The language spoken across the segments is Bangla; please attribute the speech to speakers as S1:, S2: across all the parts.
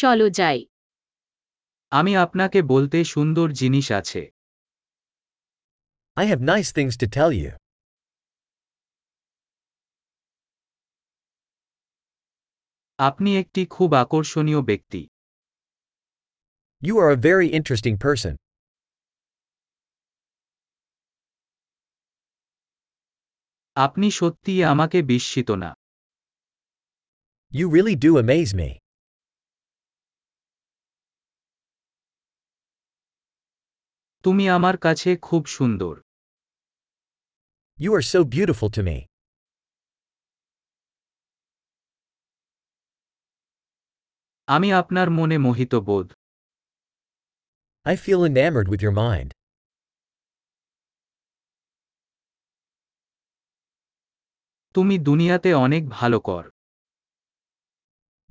S1: চলো যাই
S2: আমি আপনাকে বলতে সুন্দর জিনিস আছে
S3: I have nice things to tell you.
S2: আপনি একটি খুব আকর্ষণীয় ব্যক্তি
S3: You are a very interesting person.
S2: আপনি সত্যিই আমাকে বিস্মিত না
S3: You really do amaze me.
S2: তুমি আমার কাছে খুব সুন্দর
S3: You are so beautiful to me.
S2: আমি আপনার মনে মোহিত বোধ
S3: I feel enamored with your mind.
S2: তুমি দুনিয়াতে অনেক ভালো কর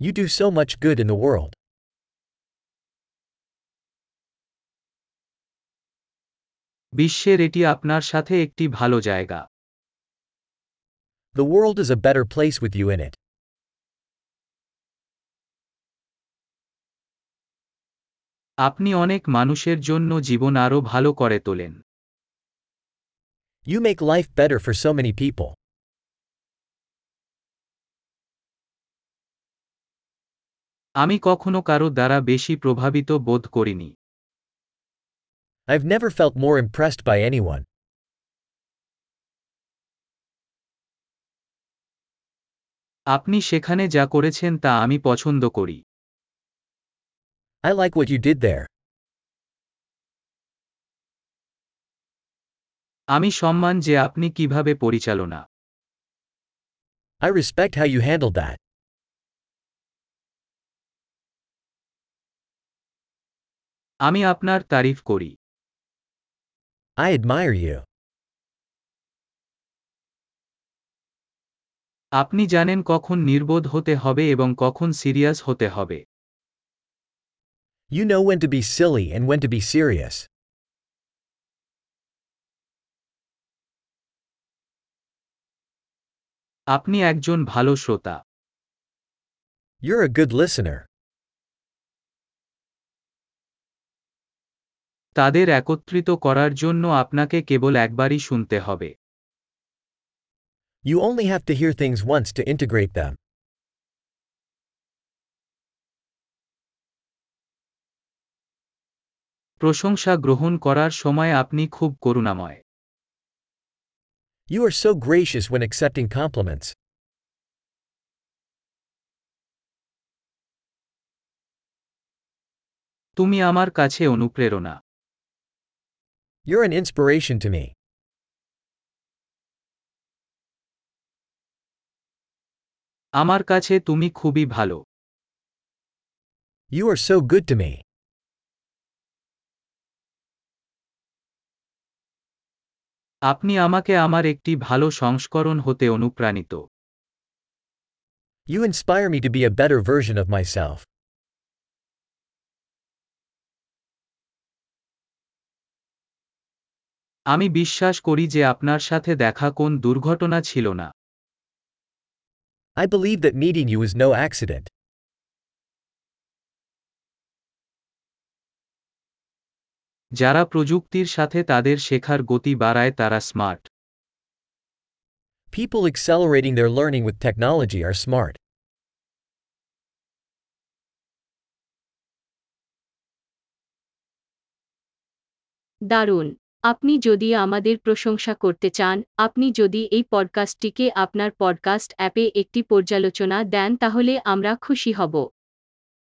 S3: You do so much good in the world.
S2: বিশ্বের এটি আপনার সাথে একটি ভালো জায়গা
S3: The world is a better place with you in it.
S2: আপনি অনেক মানুষের জন্য জীবন আরও ভালো করে তোলেন
S3: You make life better for so many people.
S2: আমি কখনো কারো দ্বারা বেশি প্রভাবিত বোধ করিনি
S3: I've never felt more impressed by anyone.
S2: আপনি সেখানে যা করেছেন তা আমি পছন্দ করি
S3: I like what you did there.
S2: আমি সম্মান যে আপনি কিভাবে পরিচালনা
S3: I respect how you handled that.
S2: আমি আপনার তারিফ করি
S3: I admire you.
S2: আপনি জানেন কখন নির্বোধ হতে হবে এবং কখন সিরিয়াস হতে হবে
S3: You know when to be silly and when to be serious.
S2: আপনি একজন ভালো শ্রোতা
S3: You're a good listener.
S2: তাদের একত্রিত করার জন্য আপনাকে কেবল একবারই শুনতে হবে
S3: You only have to hear things once to integrate them.
S2: প্রশংসা গ্রহণ করার সময় আপনি খুব করুণাময়
S3: You are so gracious when accepting compliments.
S2: তুমি আমার কাছে অনুপ্রেরণা
S3: You're an inspiration to me.
S2: আমার কাছে তুমি খুবই ভালো
S3: You are so good to me.
S2: আপনি আমাকে আমার একটি ভালো সংস্করণ হতে অনুপ্রাণিত
S3: You inspire me to be a better version of myself.
S2: আমি বিশ্বাস করি যে আপনার সাথে দেখা কোন দুর্ঘটনা ছিল না
S3: I believe that meeting you is no accident.
S2: যারা প্রযুক্তির সাথে তাদের শেখার গতি বাড়ায় তারা smart
S3: People accelerating their learning with technology are smart.
S1: দারুণ আপনি যদি আমাদের প্রশংসা করতে চান আপনি যদি এই পডকাস্টটিকে আপনার পডকাস্ট অ্যাপে একটি পর্যালোচনা দেন তাহলে আমরা খুশি হব